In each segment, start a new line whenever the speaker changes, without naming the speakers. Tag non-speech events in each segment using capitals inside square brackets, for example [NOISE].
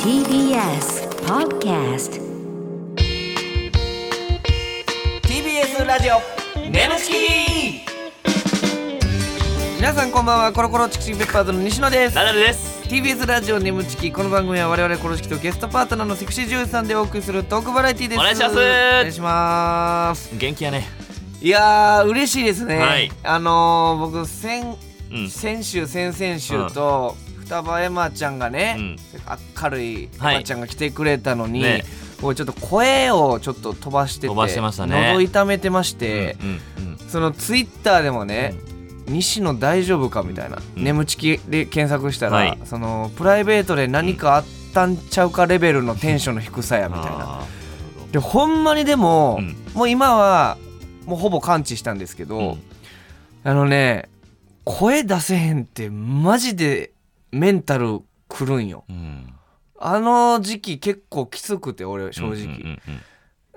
TBS Podcast
TBS ラジオネムチキ皆さんこんばんはコロコロチキチキペッパーズの西野です
ナダルです。
TBS ラジオネムチキこの番組は我々コロチキとゲストパートナーのセクシージュースさんでお送りするトークバラエティです
お願いしま
お
す
願いします
元気やね。
いやー嬉しいですね、
はい
あのー、僕先
うん。
先週先々週と双葉エマちゃんがね、
うん
明るいエ
はい
マちゃんが来てくれたのに、
ね
僕ちょっと声をちょっと飛ばしてて
飛ばしてましたね
喉痛めてまして、
うんうん
そのツイッターでもね、西野大丈夫かみたいな、
うん
眠ちきで検索したら、
はい
そのプライベートで何かあったんちゃうかレベルのテンションの低さやみたいな。
あ
でほんまにでも、
うん
もう今はもうほぼ完治したんですけど、
ー
あのね声出せへんってマジでメンタルくるんよ
うん。
あの時期結構きつくて俺正直、
うんうん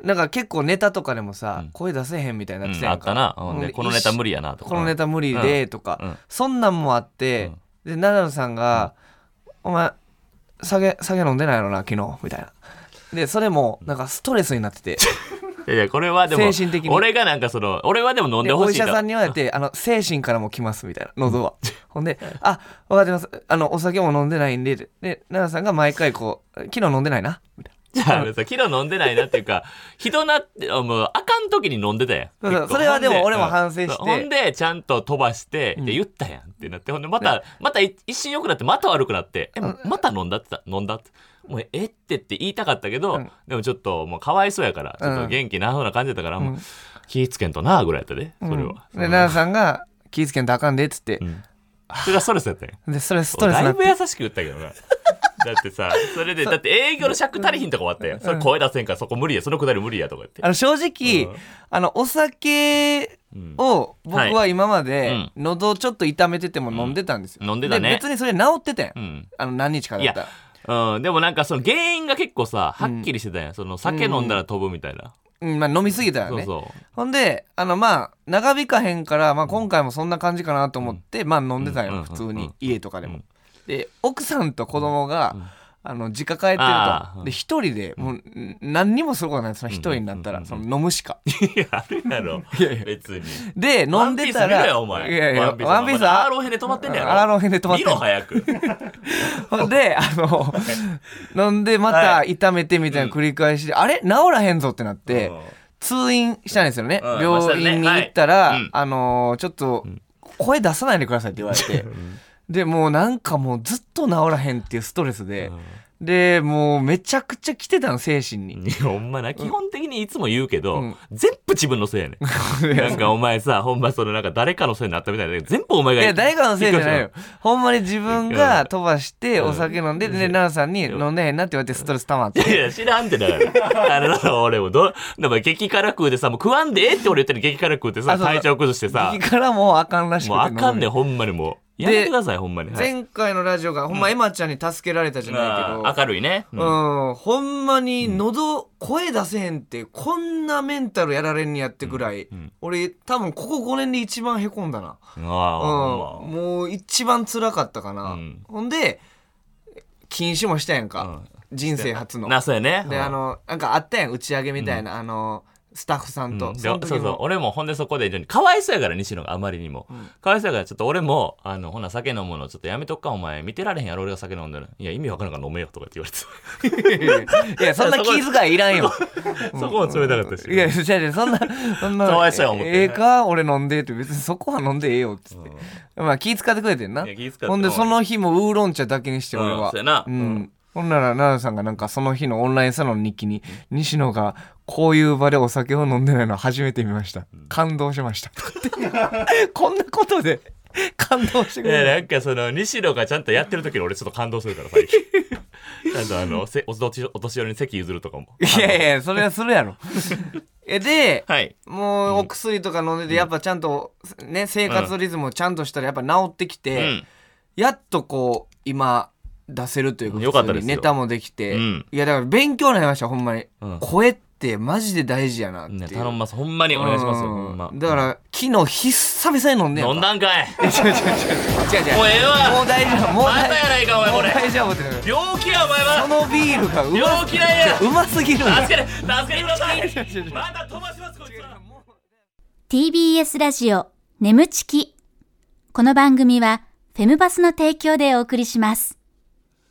なんか結構ネタとかでもさ、
うん
声出せへんみたいにな
う
って
ん
た
あ
やん
っ
か、
たな。うんでこのネタ無理やなとか。
このネタ無理でとか、
うん
そんなんもあって、で奈良さんが「お前酒酒飲んでないやろな昨日」みたいなでそれもなんかストレスになってて
いやいやこれはでも
精神的に
俺が [LAUGHS] なんかその俺はでも飲んで
で
ほ
お
し
医
い
者
と
さんに言われて「あの精神からも来ます」みたいな喉は、ほんで「あ分かってますあのお酒も飲んでないんで」でで奈良さんが毎回こう「昨日飲んでないな」みたい
じゃああのさ昨日飲んでないなっていうか [LAUGHS] ひどなってあもうあかん時に飲んでたやん
そうそう
結構
それはでも
ほん
俺も反省して
そうほんでちゃんと飛ばしてで言ったやんってなってほんでまたまた一瞬良くなってまた悪くなってえまた飲んだってた飲んだってもうえってって言いたかったけど、
うん
でもちょっともうかわいそうやからちょっと元気なふうな感じだったから、もう
うん
気ぃつけんとなぐらいやったで
な、
それ
うんで
は、
奈良さんが「気ぃつけんとあかんで」っつって、
うんそれがストレスやったんや
でそれストレスに
だ
ないっ
ぶ
て
優しく言ったけどなだってさ
[LAUGHS]
それでだって営業の尺足りひんとか終わったよ、ん、それ声出せんからそこ無理やそのくだり無理やとか言って
あの正直、
うん
あのお酒を僕は今ま
う
で
ん
喉ちょっと痛めてても飲んでたんですよ、
うん飲んでたね
別にそれ治ってたやん、
うん
あの何日かだったら
うん、でもなんかその原因が結構さはっきりしてたやん、その酒飲んだら飛ぶみたいな、
うんまあ、飲みすぎたらね
そうそ
ほんで、あの、まあ、長引かへんから、まあ、今回もそんな感じかなと思って、まあ、飲んでたん
うんう
よ、
ん
普通
うんう
に
ん、
家とかでも
うん。
で、奥さんと子供
うん
が、あの、実家帰って
あ
る
ーう
と。
ん
で、一人で、もう、ん何にもすることないその一人になった
う
ら、
んうん
そ
うんうん
の、飲むしか。
う [LAUGHS] いやある
[LAUGHS]
やろ別に
で、飲んでた
ワンピース見ろ
ら、
よお前
いやいや、ワンピース
はア
は
ー、ローヘで止まってんねやろ
アーローヘで止まってん
見ろ早く
ほんで、あの、飲んで、また
は
痛めてみたいな繰り返しで、あれ治らへんぞってなって、通院したんですよね、
うん
病院に行ったら、
ましたねはいうん
あのーちょっと声出さないでくださいって言われて、 [LAUGHS] でもうなんかもうずっと治らへんっていうストレスで、でもうめちゃくちゃ来てたの精神に、
いやほんまな基本的にいつも言うけど、
うん
全部自分のせいや
[LAUGHS]
ねんなんかお前さ、ほんまそのなんか誰かのせいになったみたいだけど、全部お前
い
が
や誰かのせいじゃない
引っ
よほんまに自分が飛ばしてお酒飲んで、で奈良さんに「飲んでへんな」って言われてストレス溜まって
越しろ。いや、知ら
[LAUGHS]
んってだから。あれだろ、俺もど、でも激辛食うでさ、もう食わんでええって俺言ったら激辛食うて
あ
さ、
そうそう
体調崩してさ
右、からもうあかんらしくて
[LAUGHS] もうあかんねん
飲む
ほんまにもう。やめてください、ほんまに。はい
前回のラジオがほんまエマちゃんに助けられたじゃないけど、
まあ明るいね。うん
うん、ほんまに喉、声出せへんってこんなメンタルやられんにやってぐらい、
ん
俺多分ここ5年で一番へこんだな、
ああ、
うん
ほんま
もう一番辛かったかな、
うん
ほんで禁酒もしたやんか、人生初の
な、そうやね。
で
うん
あのなんかあったやん打ち上げみたいな、あのスタッフさんと、
うんで
そ
そ
の
う
時
そう
も
俺もほんでそこで非常にかわいそうやから西野があまりにも、かわいそうやからちょっと俺もあのほな酒飲むのちょっとやめとくかお前見てられへんやろ俺が酒飲んでるいや意味わからんから飲めよとかって言われて
[LAUGHS] いやそんな気遣いいらん
[LAUGHS]
よ
そこも冷たかったし、
いや、じゃじゃそん
[LAUGHS]
な、そんな。
かわいそうや思って
ええか、俺飲んでって、別にそこは飲んでええよっつって。まあ、気遣ってくれてんな。
いや気遣って
ほんで、その日もウーロン茶だけにして、俺
うん
は
そうや。な
うん。ほんなら、奈良さんがなんか、その日のオンラインサロン日記に、西野が、こういう場でお酒を飲んでないの初めて見ました。感動しました。 [LAUGHS] とかってこんなことで、感動してく
いや
れる。
なんかその西野がちゃんとやってる時に俺ちょっと感動するか
[LAUGHS]
ら最近ちゃんとあのせお年お年寄りに席譲るとかも
いやいやいや、それはするや
[LAUGHS]
ろ。え、で、
はい
もうお薬とか飲んでてやっぱちゃんとね生活リズムをちゃんとしたらやっぱ治ってき
う
て
ん
やっとこう今出せるというか
よかった
普
ですよ
通にネタもできて
うん
いやだから勉強になりましたほんまに
うん
声っってマジで大事やなっていう、
ね頼みますほんまにお願いしますよほんま
うんだから昨日久々に飲んで
飲んだんかい
[LAUGHS] 違う違う違う違う違う
もうええわ
もう大丈夫もう大
またやないかお前これ
もう大丈夫って
病気やお前
そ
は
のビールがうま
病気なんや
うますぎるんだ
助けて助けてください
[LAUGHS] 違う違う違う
また飛ばしますこいつは
TBS ラジオ眠ちきこの番組はフェムバスの提供でお送りします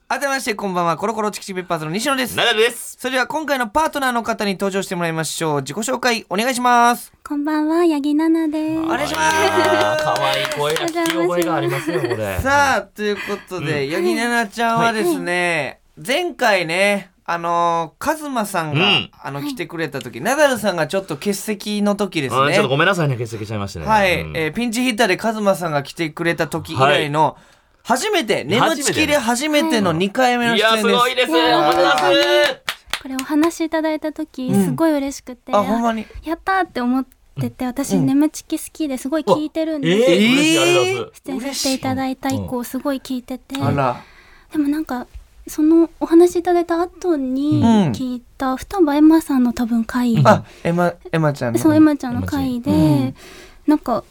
改めましてこんばんはコロコロチキチキペッパーズの西野です
ナダルです
それでは今回のパートナーの方に登場してもらいましょう自己紹介お願いします
こんばんは八木奈々です
お願いします
可愛い声が聞き覚えがありますよこれ
さあということで、八木奈々ちゃんはですね、前回ねあのー、カズマさんが、
うん
あの来てくれた時、ナダルさんがちょっと欠席の時です
うん
ね
ちょっとごめんなさいね欠席しちゃいましたね
はい、
うん
えーピンチヒッターでカズマさんが来てくれた時以来の、初めて、眠ちきで初めての2回目の
い
出演
や
ですす。
ごいですおめでとうございます
これお話しいただいた時
ん
すごい嬉しくて、
あ、ほんまに。
やったーって思ってて私眠ちき好きですごい聞いてるん
えー
です、
えー
嬉しいありがとうございます
出演させていただいた以降すごい聞いてて、
あら。
でもなんかそのお話しいただいた後に
うん
聞いた双葉エマさんの多分回、
あ、エマ、エマちゃんの。
そうエマちゃんの回で、
ん
なんか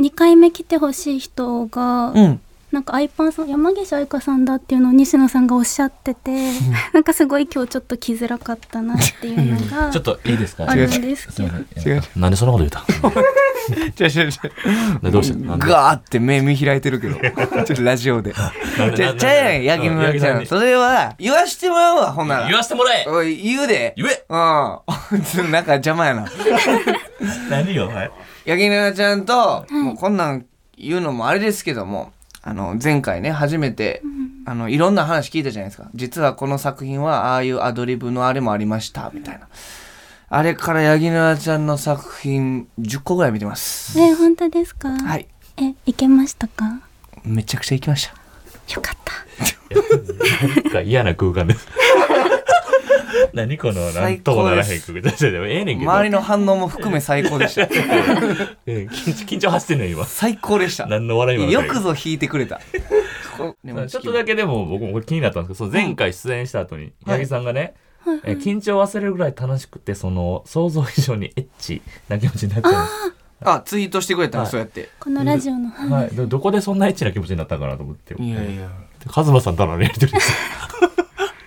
2回目来てほしい人が、
うん。
なんかアイパンさん山岸愛香さんだっていうのを西野さんがおっしゃっててなんかすごい今日ちょっと来づらかったなっていうのが
[LAUGHS] ちょっといいですか
あるんですけど
違う違う
なんでそんなこと言
[LAUGHS]
う
違う違う違う。
たどうした
[LAUGHS]
なんで
ガーって目見開いてる [LAUGHS] けど。ちょっとラジオで。じゃ、ちゃうやん、八木村ちゃん。それは、言わしてもらうわ、ほんなら。
言わせてもらえ
おい、言うで。
言え
うん。 [LAUGHS] なんか邪魔やな。
何よお前
八木奈々ちゃんと、もうこんなん言うのもあれですけどもあの前回ね初めて、あのいろんな話聞いたじゃないですか実はこの作品はああいうアドリブのあれもありましたみたいなあれから八木奈々ちゃんの作品10個ぐらい見てます
え本当ですか、
はい
え行けましたか
めちゃくちゃ行きました
よかった
なんか嫌な空間です [LAUGHS] 何このなんともならへん空間でもええねんけど
周りの反応も含め最高で
[LAUGHS]
した
えー緊張緊張走ってんのよ今
最高でした
何の笑いもない
よくぞ弾いてく
[LAUGHS]
れたこう
ちょっとだけでも僕もこれ気になったんですけどその前回出演した後に八木さんがね、えー緊張を忘れるぐらい楽しくてその想像以上にエッチな気持ちになったんです
あツイートしてくれたの、そうやって
このラジオの、はい
はい、どどこでそんなエッチな気持ちになったんかなと思って
いやいや
カズマさんとのやりとりです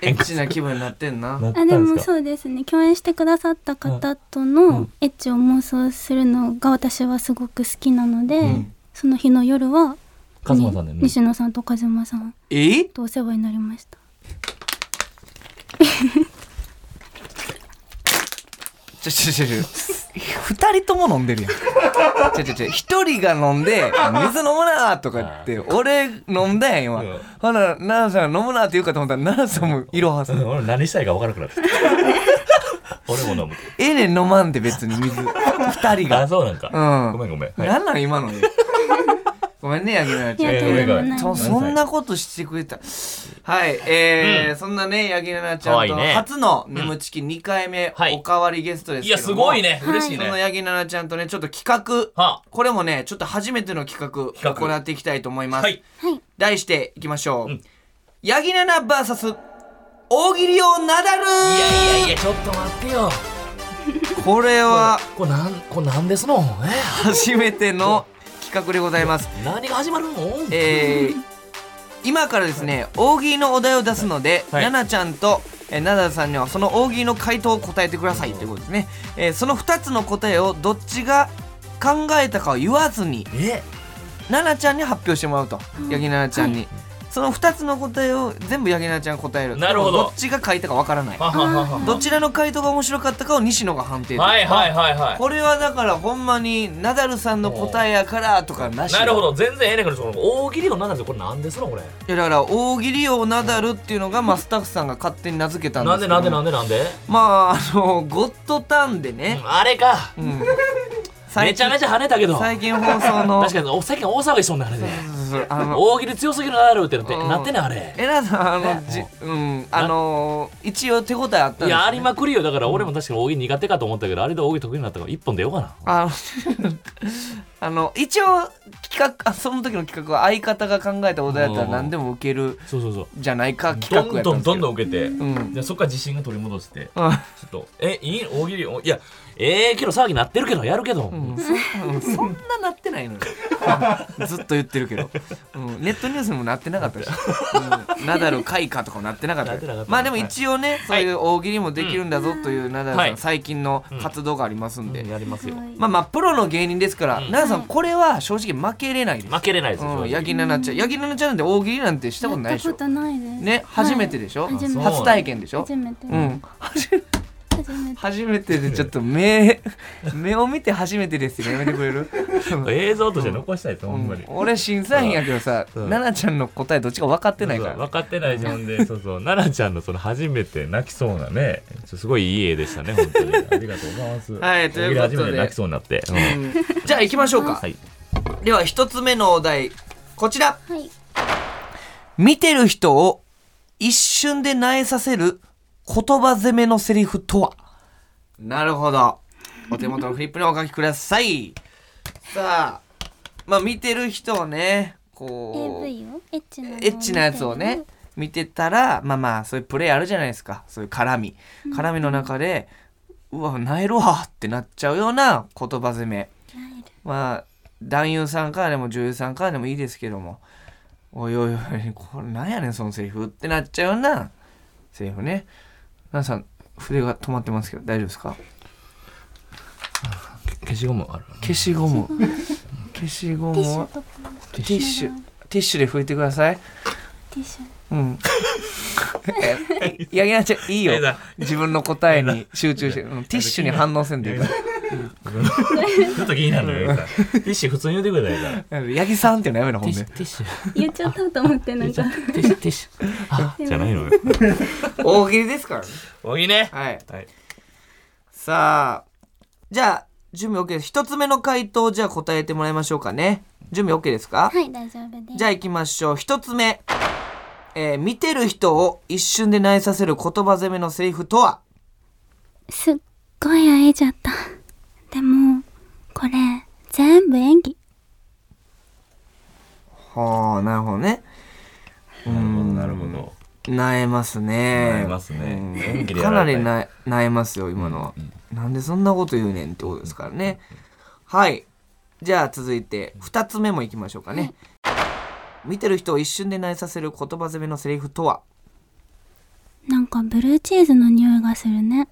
エッチな気分になってんな
[LAUGHS] なった
あ
ん
で
で
も
すか
そうですね共演してくださった方とのエッチを妄想するのが私はすごく好きなので、その日の夜は
カズマさんだよね
西野さんとカズマさん
え
とお世話になりました
ちょちょちょちょ、二人とも飲んでるやん。ちょちょちょ、一人が飲んで、水飲むなーとか言って、俺飲んだやん、今
うん。
ほら、奈々さんが飲むなって言うかと思ったら、奈々さんもいろはさ
うん
ん。
[LAUGHS] 俺何したいか分からなくなってきた俺も飲む
ええねん飲まんで別に水。二人
あ
が。
そうなんか、
うん
ごめんごめん、はい
なんなん今の [LAUGHS] ね。ごめんね、八木
いや
奈々ち
と
ゃん。
んで
え
も
ー
ない
そそんなことしてくれた。はい、えー、そんなね、八木奈々ち
可愛
ゃ
い
ん
ね
と初の眠ちき2回目
はい
おかわりゲストです
い
けども
やすごい。ね嬉しい
そ
ね、
の八木奈々ちゃんとね、ちょっと企画
は
これもねちょっと初めての企画
企画
行っていきたいと思い
あ
ます、
はい
題していきましょう、
うん
ヤギナナ VS 大喜利王ナダル
いやいやいやちょっと待ってよ
これは
これなんこれなんですのえ
初めての企画でございます
何が始まるの
えー、今からですね大喜利のお題を出すので、
はい
ナナちゃんとえーナダルさんにはその大喜利の回答を答えてくださいということですね、えーその2つの答えをどっちが考えたかを言わずに
え
ナナちゃんに発表してもらうと、ヤギナナちゃんに、その2つの答えを全部ヤギナナちゃんが答える
なるほど
でもどっちが書いたかわからない
はははは
どちらの回答が面白かったかを西野が判定
はいはいはいは
これはだからほんまにナダルさんの答えやからとかないし
なる
ど
ほど全然ええねんけどその大喜利のなんですよこれなんですのこれ
いやだから大喜利王ナダルっていうのがまあスタッフさんが勝手に名付けたんで
な
す
ん
け
で
ど
なんでなんでなんで
まああのゴッドタンで
う
ね、
[LAUGHS] んあれか
うん
めちゃめちゃ跳ねたけど
最
確
近放送の
かにお最近大騒ぎしとんねんあれで
そうそうあの
大喜利強すぎるなるってなって
うん
なってねあれ
えなさんあのじ
ね
うんあの一応手応えあったんですよ
い
ね
やありまくりよだから俺も確かに大喜利苦手かと思ったけどあれで大喜利得意になったから一本出ようかな
[LAUGHS] あのあの一応企画あその時の企画は相方が考えたお題やったら何でも受ける
そうそうそう
じゃないか
ど
企画やっ
ん
た
ど
ん
ん
です
ど
け
ん
ど
どん受けて、
ん
でそっから自信が取り戻して、ちょ
うん
っとえいい大喜利おいやええけど騒ぎなってるけどやるけど、
うんそうんそんななってないのよずっと言ってるけど、うん、ネットニュースにもなってなかったし、うんナダル開花とかもなってなかった
なってなかった
まあでも一応ね、そういう大喜利もできるんだぞというナダル
は
さ
い
ん最近の活動がありますんで、
やりますよ
まあまあプロの芸人ですから、
ん
ナダルさんこれは正直負けれないです
負けれないですよ、
うん、
正直
ヤギナナちゃんヤギナナちゃんなんて大喜利なんてしたことない
や
で
っ
した
こ
ょ
とないです。
ね初めてでしょ、
はい初めて
初体験でしょ
初めて。
うん
初めて。
初めてでちょっと目目を見て初めてですよやめてくれる
映像として残したいです、ほんまに、
うん俺審査員やけどさ
うん
奈々ちゃんの答えどっちか分かってないか
そうそう
ら
分かってないじゃん
[LAUGHS]
でそうそう奈々ちゃんのその初めて泣きそうなねちょすごいいい絵でしたね本当にありがとうございます
[LAUGHS] はいということで
初めて泣きそうになって、うん
うんじゃあ行きましょうか
はい
では一つ目のお題こちら
はい。
見てる人を一瞬で萎えさせる言葉攻めのセリフとはなるほどお手元のフリップにお書きくださいさあまあ見てる人をねこう
AV をエッチなのを見て
エッチなやつをね。見てたらまあまあそういうプレイあるじゃないですかそういう絡み絡みの中で、うわ萎えるわってなっちゃうような言葉攻めまあ男優さんからでも女優さんからでもいいですけどもおいおいおいこれなんやねんそのセリフってなっちゃうようなセリフね奈々さん筆が止まってますけど大丈夫ですか
消しゴムある
消しゴム消しゴ
ティッシ
ム
ュ
は
とか
ティッシュティッシュで拭いてください
ティッシュ。
[LAUGHS] うん。えいやいや、ちゃんいいよ
やだ。
自分の答えに集中して、うんティッシュに反応せんでいいから
ちょっと気になる
[LAUGHS]
のよティッシュ普通に言うてくれたらいいから
うん八木さんっていうのやめろ、ほん
ティ
で
ッ。シュ
言っちゃったと思ってなんか。
ティッシュティッシュあじゃないの
[LAUGHS]
よ
大喜利ですからね。
おいね
はい。
はい
さあ、じゃあ、準備 OK です。一つ目の回答、じゃあ答えてもらいましょうかね。準備 OK ですか
はい、大丈夫です。
じゃあ行きましょう。一つ目。えー見てる人を一瞬で萎えさせる言葉攻めのセリフとは
すっごい会えちゃった。でも、これ、全部演技。
はあ、なるほどね。
なるほど
なえますね。
なえますね
うん
演技でや
からな
れ
り
たい
ななえますよ、今のは、なんでそんなこと言うねんってことですからね。はい。じゃあ続いて、二つ目もいきましょうかね。見てる人を一瞬でなえさせる言葉攻めのセリフとは
なんかブルーチーズの匂いがするね。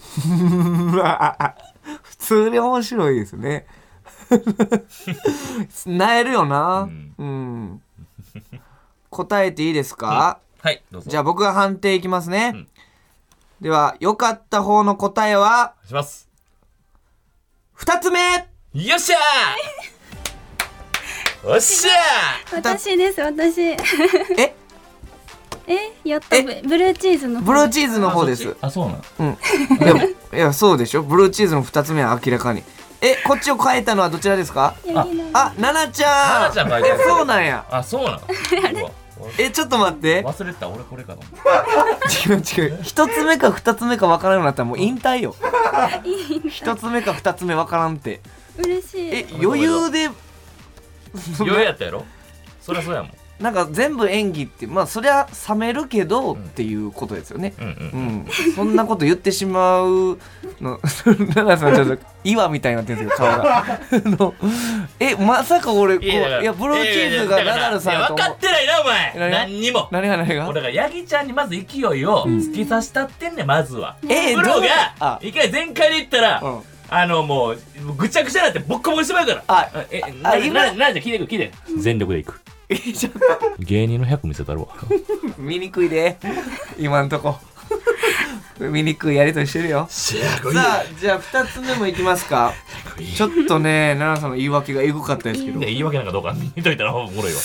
[LAUGHS] 普通に面白いですね。 [LAUGHS] なえるよな。うん。答えていいですか、
はいどうぞ
じゃあ僕が判定いきますね。
ん
では、良かった方の答えは、
します
二つ目
よっしゃ
[LAUGHS]
ーよっしゃ
私です、私。え [LAUGHS]
え
やった、
え
ブブルーチーズの。
ブルーチーズの
ー
方です。
あそうなの
うん。でも、いや、そうでしょブルーチーズの二つ目は明らかに。え、こっちを変えたのはどちらですか
チーズの。
あ、ななちゃん
ななちゃん書いてる
え、そうなんや。
あそう
[LAUGHS]
なのうわ
え、ちょっと待って。
忘れてた俺これかと思った
違う違う。一つ目か二つ目か分からんようになったらもう引退よ。一つ目か二つ目分からんって。
嬉しい
え。、余裕で、
余裕やったやろそりゃそうやもん
なんか全部演技って、まあそりゃ冷めるけどっていうことですよね。
うんうん
うん、そんなこと言ってしまうの [LAUGHS] 奈々さんちょっと岩みたいになってるんですけど顔が [LAUGHS] あのえまさか俺こうい
だから
やブローチーズが
いやいや
ナダルさんやと
い
思
や分か
う
ってないなお前
何が
何にも
何が何
俺
が
がヤギちゃんにまず勢いを突き刺したってんねんまずは
え
プロ
どう
が
あ
一回全開で言ったら
うん
あのもうぐちゃぐちゃになってボッコボコにしてまうから
あ
うんえ
あ
な
今
ななんじゃ聞いてく聞いて全力でいく
えちょっ
芸人の100見せたるわ
と見にくいで今んとこ [LAUGHS] 見にくいやりとりしてるよ
しゃこい
さあじゃあ2つ目もいきますかちょっとね奈々さんの言い訳がエグかったですけど
ね言い訳なんかどうか見といたらおもろいわ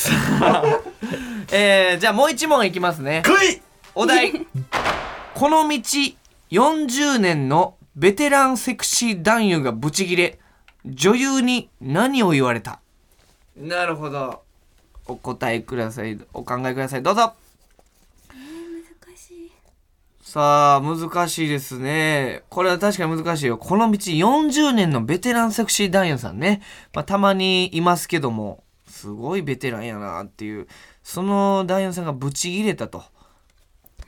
えー、じゃあもう1問いきますね
来い
お題 [LAUGHS] この道40年のベテランセクシー男優がブチギレ女優に何を言われたなるほどお答えくださいお考えくださいどうぞ
難しい。
さあ難しいですねこれは確かに難しいよこの道40年のベテランセクシー男優さんね、まあ、たまにいますけどもすごいベテランやなっていうその男優さんがブチ切れたと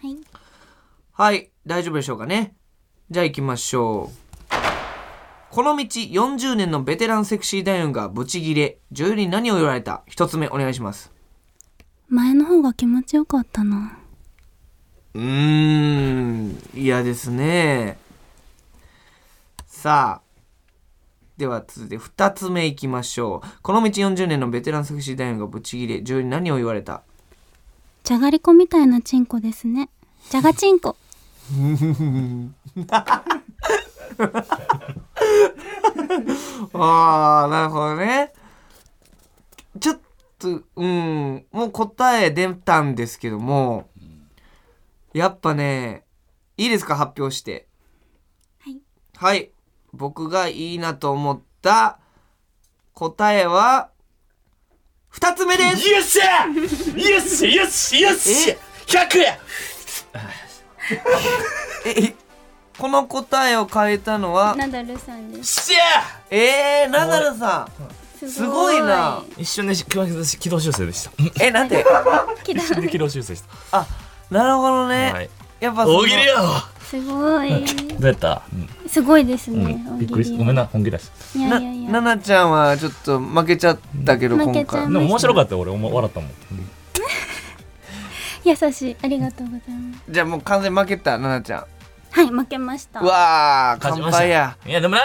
い
はい大丈夫でしょうかねじゃあ行きましょうこの道40年のベテランセクシー男優がブチギレ女優に何を言われた一つ目お願いします
前の方が気持ちよかったな
うーん、嫌ですね。さあ。では続いて2つ目いきましょう。この道40年のベテランセクシー男優がブチギレ、女優に何を言われた
じゃがりこみたいなチンコですねじゃがチンコ
ああ、なるほどね。ちょっと、うん、もう答え出たんですけども、やっぱね、いいですか、発表して。
はい。
はい。僕がいいなと思った答えは、二つ目です [LAUGHS]
イエスイエスイエスイエス
え
!100 や
えこの答えを変えたのは、
ナダルさんです
しゃ
えー、ナダルさん。すごいな。
一瞬で軌道修正でした。
え、なん
[LAUGHS]
で [LAUGHS]
きだ
一瞬で軌道修正でし
あ、なるほど
た。
ね。
はい。
やっぱその
大喜利やわ
すごい
どうやった
すごいです
うん
ね、
びっくりした。ごめんな、本気出し
いや
ない
やいや
ななちゃんはちょっと負けちゃったけど
負
今
けちゃ
た。
う
回
でも面白かったよ俺、おも笑ったもん。
優しいありがとうございます
じゃあもう完全に負けたななちゃん
はい負けました
うわー乾
勝ちました。
杯
い
や
や、でも何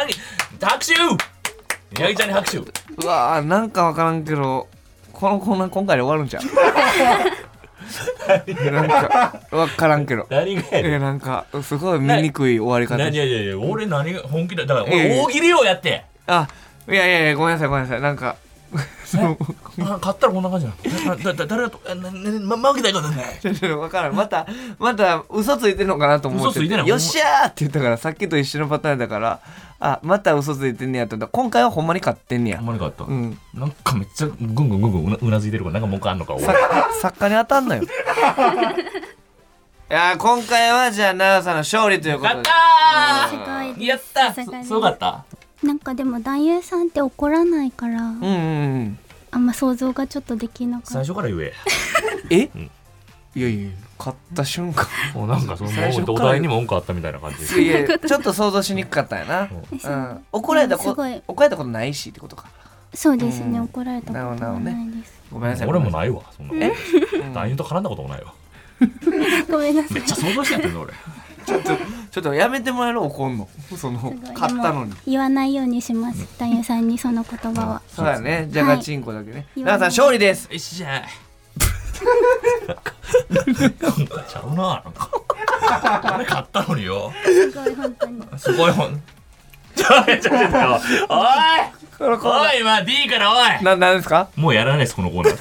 拍手八木ちゃんに拍手
うわーなんかわからんけどこのコーナー今回で終わるんちゃう
[LAUGHS]
なんかわからんけど
何がやねん
えなんかすごい醜い終わり方
何いやいやいや、俺何が本気だ。だから
いやいや
俺大喜利をやって
あいやいやいやごめんなさいごめんなさいなんかその [LAUGHS]
あ買ったらこんな感じなのだ。だだ誰がと、えなななま負けたことない。
ちょっとわからんまたまた嘘ついてんのかなと思って
嘘ついてない
よっしゃーって言ったからさっきと一緒のパターンだからあまた嘘ついてんねやと思った今回はほんまに勝ってんね
あ
や
んまりかった。
うん
なんかめっちゃぐんぐんぐんぐんうなうなずいてるからなんか文句あんのか俺
さ作家に当たんなよいやー今回はじゃあ奈良さんの勝利ということで
すごいです
やった
さすがに
すごかった
なんかでも男優さんって怒らないから、
うんうんうん
あんま想像がちょっとできなか
最
った
初から言え
え、
ん
いやいや勝った瞬
[LAUGHS]
間
もうなんかその
最初から
お題にも文句あったみたいな感じ
いやいやちょっと想像しにくかったんやな、うん、怒られたこ
すごい
怒られたことないしってことか
そうですね、
うん
怒られたこと
なるほど
は
なる
な
ほ
いです、
ごめんなさい
俺も
な
ないわそんなこと男優と絡んだこともないわ
ごめんなさ
めっ
い
ちゃ想像してやってんの俺
ちょっとやめてもらえる怒んのその
すごい
勝ったのに
でも言わないようにします男優さんにその言葉は
そうだね。じゃがちんこだけね。
い
奈良さん勝利です。
よっしゃなんかちゃうななんか俺買ったのによ
すごい本当に
すごいほんちょいちょいちょいちょいおい
このコーナ
おいまあ D からおい
ーななんですか？
もうやらないですこのコーナー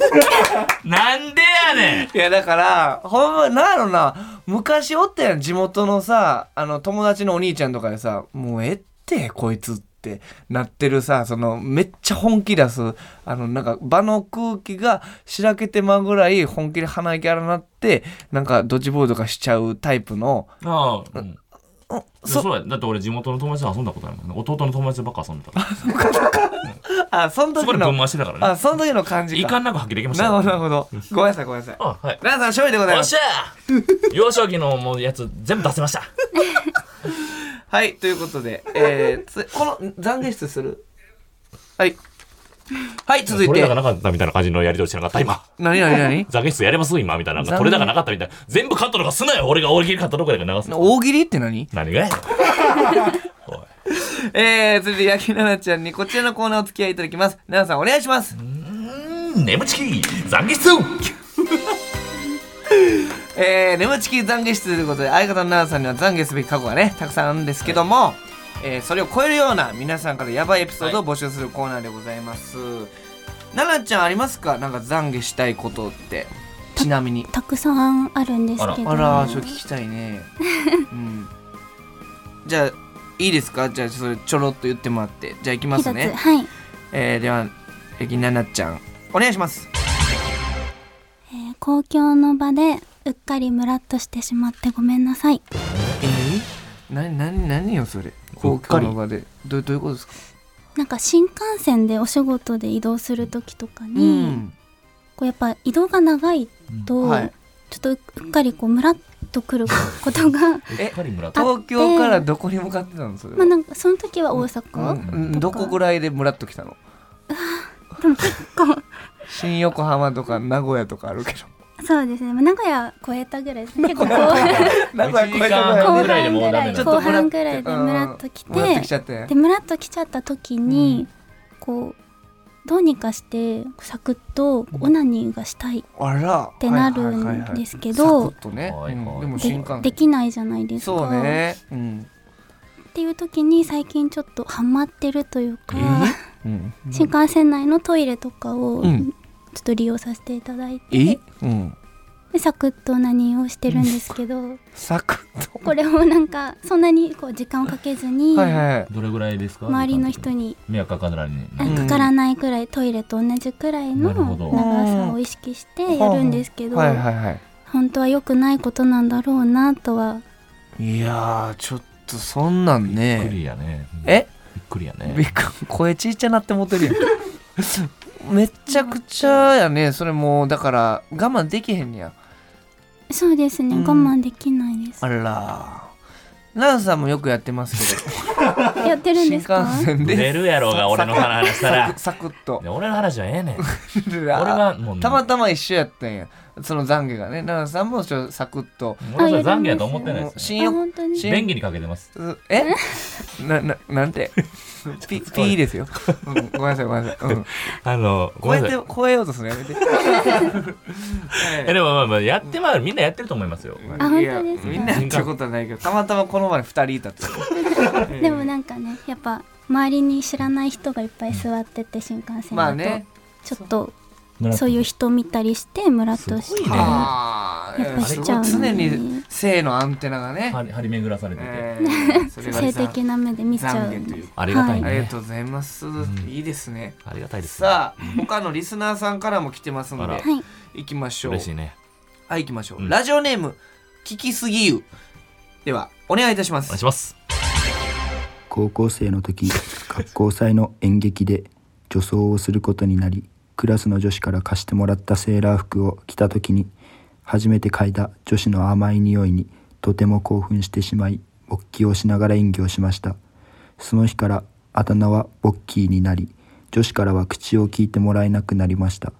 [LAUGHS] なんでやねん
いやだからほんまなんやろな昔おったやん地元のさあの友達のお兄ちゃんとかでさもうええってこいつってなってるさそのめっちゃ本気出すあのなんか場の空気がしらけてまうぐらい本気で鼻息荒なってなんかドッジボールとかしちゃうタイプの
ああ、うん
あ
そ
そう
やだって俺地元の友達と遊んだことあるもんね弟の友達ばっか遊んでたから
あその
そこ
時
で分
の
回してたからね
あその時の感じ
遺
か
憾なく発揮できました
なる
よ
ほどなるほどごめんなさいごめんなさい
あはい
奈良さん勝利でござい
よ
ま
っ
す
しゃ幼少期のもうやつ全部出せました
はい、ということで、えー、つこの、懺悔室するはい。はい、続い
取れ
て。
高なかったみたいな感じのやり取りしてなかった今
何々何
ザゲスやれます今みたいな
残念
取れ高なかったみたいな全部カットとかすなよ俺が大喜利カットとかで流す
々大喜利って何
何がやおい
えー、続いて、焼きななちゃんにこちらのコーナーお付き合いいただきます。ななさん、お願いします。
うん眠ちきザゲス
えー、眠ちき懺悔室ということで、相方のななさんには懺悔すべき過去がね、たくさんあるんですけども、えー、それを超えるような皆さんからやばいエピソードを募集するコーナーでございます。ななちゃん、ありますかなんか懺悔したいことって。ちなみに。
たくさんあるんですけど
あら、ちょっと聞きたいね。うん。じゃあ、いいですかじゃあ、それちょろっと言ってもらって。じゃあ、行きま
一つ
すね。
はい、
えー、では、えきななちゃん、お願いします。
えー公共の場でうっかりムラっとしてしまってごめんなさい
えな何何よそれ
う
公
っか
共
り
の場でどどういうことですか、
なんか新幹線でお仕事で移動する時とかに、こうやっぱ移動が長いと、
うんはい
ちょっとうっかりこうムラっとくることが
うっかり村田
東京からどこに向かってたのそれ
[LAUGHS] まあ
は、
なんかその時は大
う
阪、
んうんどこぐらいでムラっときたの
でも結構
新横浜とか名古屋とかあるけど
そうですね、まあ、名古屋超えたぐらいですね結構こう
[LAUGHS] 名古屋越えた
一時間
後
ぐらいで
半
も
ぐ
うダ
ら
メ
い
なの
後半ぐらいでムラっとき
ムラっときち
て
ゃって
でムラっときちゃった時に、こうどうにかしてサクッとオナニーがしたいっ
あらって
なるんですけど、
サクッとね、
はいはい
うんでも
で
新幹線
できないじゃないですか
そうね、うん
っていう時に最近ちょっとハマってるというか、
うん、
新幹線内のトイレとかをち
う
ょ
ん
っと利用させていただいて、
え、うん、
でサクッと何をしてるんですけど
サクッと
これをなんかそんなにこう時間をかけずに
はいはい
どれぐらいですか
周りの人に
迷惑かからないね
あかからないくらいトイレと同じくらいの
なるほど
長さを意識してやるんですけど
はいはいはい
本当は良くないことなんだろうなとはい
やーちょっとそんなん
びっく
ね
りやね
え
びっくりや
び
ね
っくり声ちっちゃなって思って
[LAUGHS]
るやんめちゃくちゃやねそれもうだから我慢できへんねや
そうですね
うん
我慢できないです
あらランさんもよくやってますけ
[LAUGHS] やってる
ど
んです
新幹
か
線
出
で
るやろうが俺の話し
[LAUGHS]
たら
サクッと
で俺の話はええねん
俺
[LAUGHS] 俺はもう
たまたま一緒やったんやその懺悔がねランさんもちょっとサクッと
俺は残悔やと思ってない
も
で
う
す
新
あ
横
本当に
し
便宜にかけてます
[LAUGHS] えなななん [LAUGHS] てピピーですよ、うんごめんなさいごめんなさ [LAUGHS] い、うん
あのご
超え
めんな
て
さい
超えようとするのやめて。
えでもまあまあやってまうみんなやってると思いますよ
あ本当
いや
ですか
みんなやってることはないけど、たまたまこの前二人いたっ
[LAUGHS]
て。
でもなんかねやっぱ周りに知らない人がいっぱい座ってて新幹線
まあ
だと、
ね。
ちょっと
村田
そういう人見たりしてムラっと
すご
し
い
て
ね
はあ
やっぱ
す
し
ごい
ちゃうの
常
ね
に性のアンテナがね。
張り張り巡らされてて、
えーそれが
性的な目で見ちゃう
懺悔というか
ありがたいね、
ありがとうございます。いいですね。
ありがたいですね
さあ、他のリスナーさんからも来てますの
あ
で
ら、
はい
行きましょう
嬉。しいね
はい、行きましょ
う
う。
ん
ラジオネーム、聞きすぎゆ。では、お願いいたしま
お願い
す
し。ます
高校生の時学校祭の演劇で女装をすることになりクラスの女子から貸してもらったセーラー服を着た時に初めて嗅いだ女子の甘い匂いにとても興奮してしまい勃起をしながら演技をしましたその日からあだ名はボッキーになり女子からは口を聞いてもらえなくなりました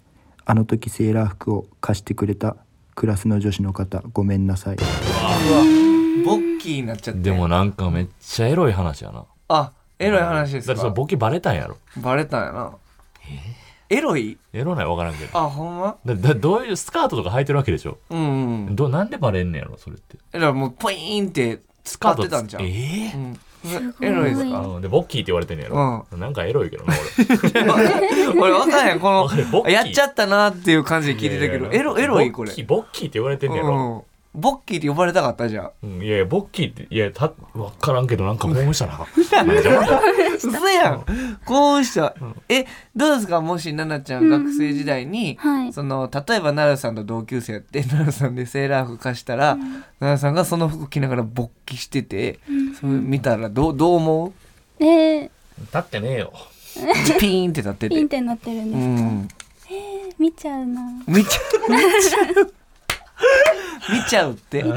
あの時セーラー服を貸してくれたクラスの女子の方ごめんなさい
ボッキーになっちゃって。
でもなんかめっちゃエロい話やな
あ、エロい話です
だってそれ
か。
ボケバレたんやろ
バレたんやな。エロい
エロないわからんけど
あ、ほんま
だだどういうスカートとか履いてるわけでしょ
うんうん。
どなんでバレんねやろそれって
エロいもうポイーンって
ス
使ってたんじゃん。
え
う
え
ん
ごい
エロいです
あ
か [LAUGHS]
のでボッキーって言われてんねやろ、なんかエロいけどな
俺わかんないこ
[LAUGHS] わかるボッ
の
キー
やっちゃったなっていう感じで [LAUGHS] 聞いて
俺
たけどエロエロいこれ
ボッキーボッキーって言われてんねやろ、
うんボッキーって呼ばれたかったじゃん
うんいやいやボッキーっていやたわからんけどなんか興奮した
[LAUGHS]
な
嘘やんこうしたえどうですかもし奈々ちゃん学生時代に
はい
その例えば奈良さんと同級生やって [LAUGHS] 奈良さんでセーラー服貸したら奈良さんがその服着ながら勃起しててそれ見たらどうどう思
えー、
立ってねえよ
うピーンって立って
[LAUGHS] ピンっててなってるん
う
です、
ん
見ちゃうな
見ちゃう見ちゃう見ちゃうって
ご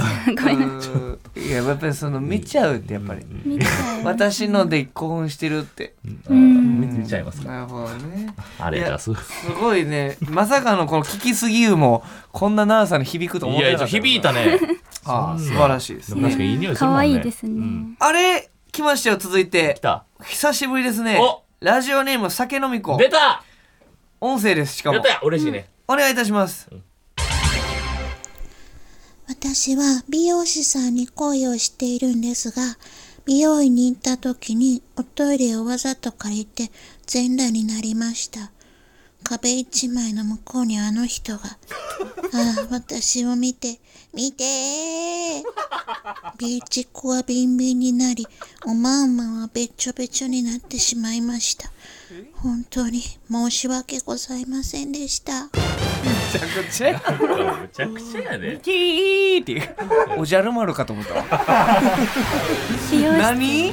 めん
うんいややっぱりその見ちゃうってやっぱり
見ちゃう
私ので興奮してるって
うん
見見ちゃいますか
なるほどね
あれ
い
じ
や
ゃあすぐ
すごいねまさかのこの聞きすぎるもこんな長さに響くと思
い
って
や
なかった
響いたね
あー素晴らしいです
でも確かにいい匂いするもん
可
ね
愛いですね
うん
あれ来ましたよ続いて
来た
久しぶりですね
お
ラジオネーム酒飲み子
出た
音声ですしか
や
も
ったや嬉しいね
お願いいたします
私は美容師さんに恋をしているんですが、美容院に行った時におトイレをわざと借りて全裸になりました。壁一枚の向こうにあの人が。ああ、私を見て、見てービーチコはビンビンになり、おまんまんはべっちょべちょになってしまいました。本当に申し訳ございませんでした。
ちゃくちゃやん
むちゃくちゃやで。
キーっていうおじゃる丸かと思った
[LAUGHS]
わ
美容室
何
なんや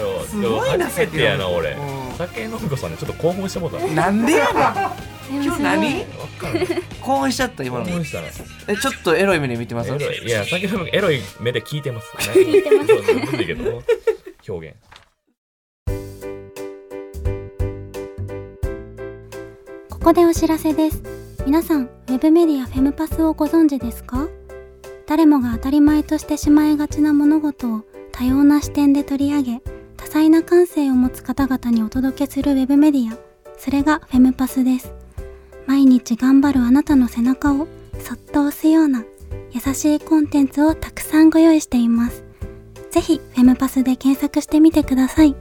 ろ
すごいな
でも初めてやな
酒飲む
俺
うん。
酒飲み子さんねちょっと興奮してもうた。興
なんでやね
でも
ん今日
すごい
何興奮しちゃった今の
奮したな。
えちょっと [LAUGHS] エロい目で見てます
エロいいや酒飲み子エロい目で聞いてます。聞いてます。むずいけど表現。
ここでお知らせです。皆さん、ウェブメディアフェムパスをご存知ですか誰もが当たり前としてしまいがちな物事を多様な視点で取り上げ、多彩な感性を持つ方々にお届けするウェブメディア、それがフェムパスです。毎日頑張るあなたの背中をそっと押すような優しいコンテンツをたくさんご用意しています。ぜひ、フェムパスで検索してみてください。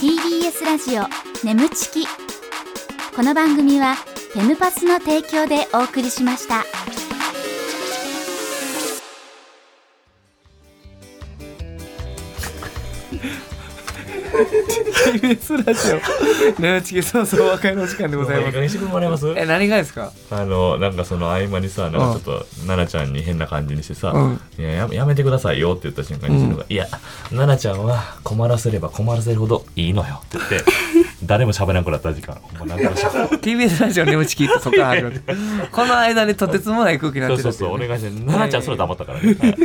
TBS ラジオ眠ちきこの番組はフェムパスの提供でお送りしました
[LAUGHS]
メスラジオねちきそうそう和解のお時間でございます
加減してもらえます？
[LAUGHS] え何がですか
あのなんかその合間にさなんかちょっと奈々ちゃんに変な感じにしてさ「いやややめてくださいよ」って言った瞬間に篠が「いや奈々ちゃんは困らせれば困らせるほどいいのよ」って言って誰も喋らなくなった時間ほんまなんか喋
TBS ラジオ眠ちきってそこから始まってこの間にとてつもない空気にな
そ
っ
う
て
そ
たっていうう
うそお
ね
願いして奈々ちゃんそれ黙ったからね、はい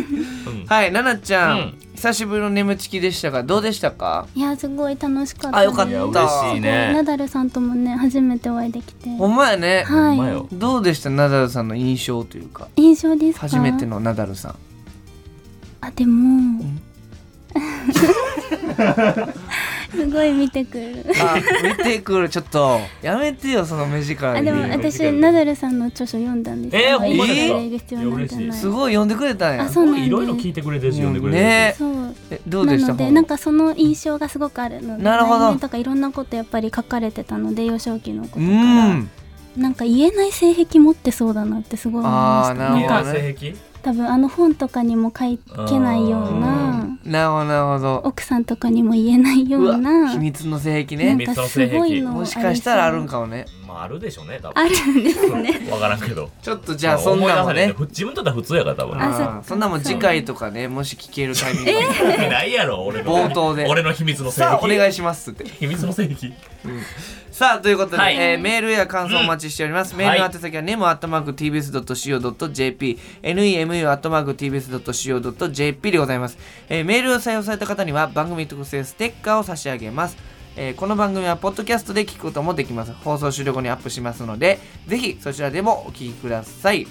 はいななちゃん、
うん
久しぶりの眠ちきでしたがどうでしたか
いや、すごい楽しかった
あよかった
いや嬉しい
ナ
ね
ダルさんともね初めてお会いできて
ほんまやね、
ほ
は
んま
い
よ
どうでしたナダルさんの印象というか
印象ですか
初めてのナダルさん
あでも [LAUGHS] すごい見てくる
あ見てくるちょっとやめてよその目力
あ
に
でも私ナダルさんの著書読んだんです
えーほんま
ですか
いる必要なんじゃ
いや嬉
な
し
い
すごい呼んでくれたんや
あそうなんです
いろいろ聞いてくれてるし呼んでくれてるし、
ね
そう
えどうでした
なので
本
なんかその印象がすごくあるので
なるほど
内面とかいろんなことやっぱり書かれてたので幼少期のこと
う
から
ん
なんか言えない性癖持ってそうだなってすごい思いました
あーなるほど
なんか
ね
性癖
多分あの本とかにも書けないような
なるほどなるほど
奥さんとかにも言えないよ
うわ
うな
秘密の性癖
なん
ね
かすごいの
もしかしたらあるん
か
かもね
まああるでしょうね多分
あるんですね
分からんけど
ちょっとじゃあそんなも
思い出され
ね
てふ自分とったら普通やから多分
あそっ
あ
か
そんなもん次回とかねもし聞けるタイミングが
興味ないやろ俺の
冒頭
[LAUGHS]
で
俺の秘密の性
さあお
癖
願いしますって
秘密の性癖
さあということで、
はい
えーメールや感想お待ちしております、メールの宛先は nemo.tbs.co.jp nemu.tbs.co.jp でございます、えーメールを採用された方には番組特製ステッカーを差し上げますえーこの番組はポッドキャストで聞くこともできます放送終了後にアップしますのでぜひそちらでもお聞きください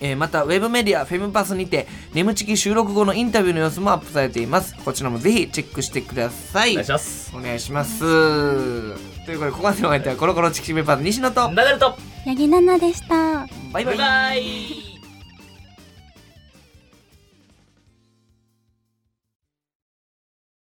えーまたウェブメディアフェムパスにて眠ちき収録後のインタビューの様子もアップされていますこちらもぜひチェックしてくださ
お
い
願いします
お願いします。ということで、ここまでのお相手はコロコロチキチキペッパーズ西野と、
ナダルと
八木奈々でした
バイバ
バイ
イ。
バイ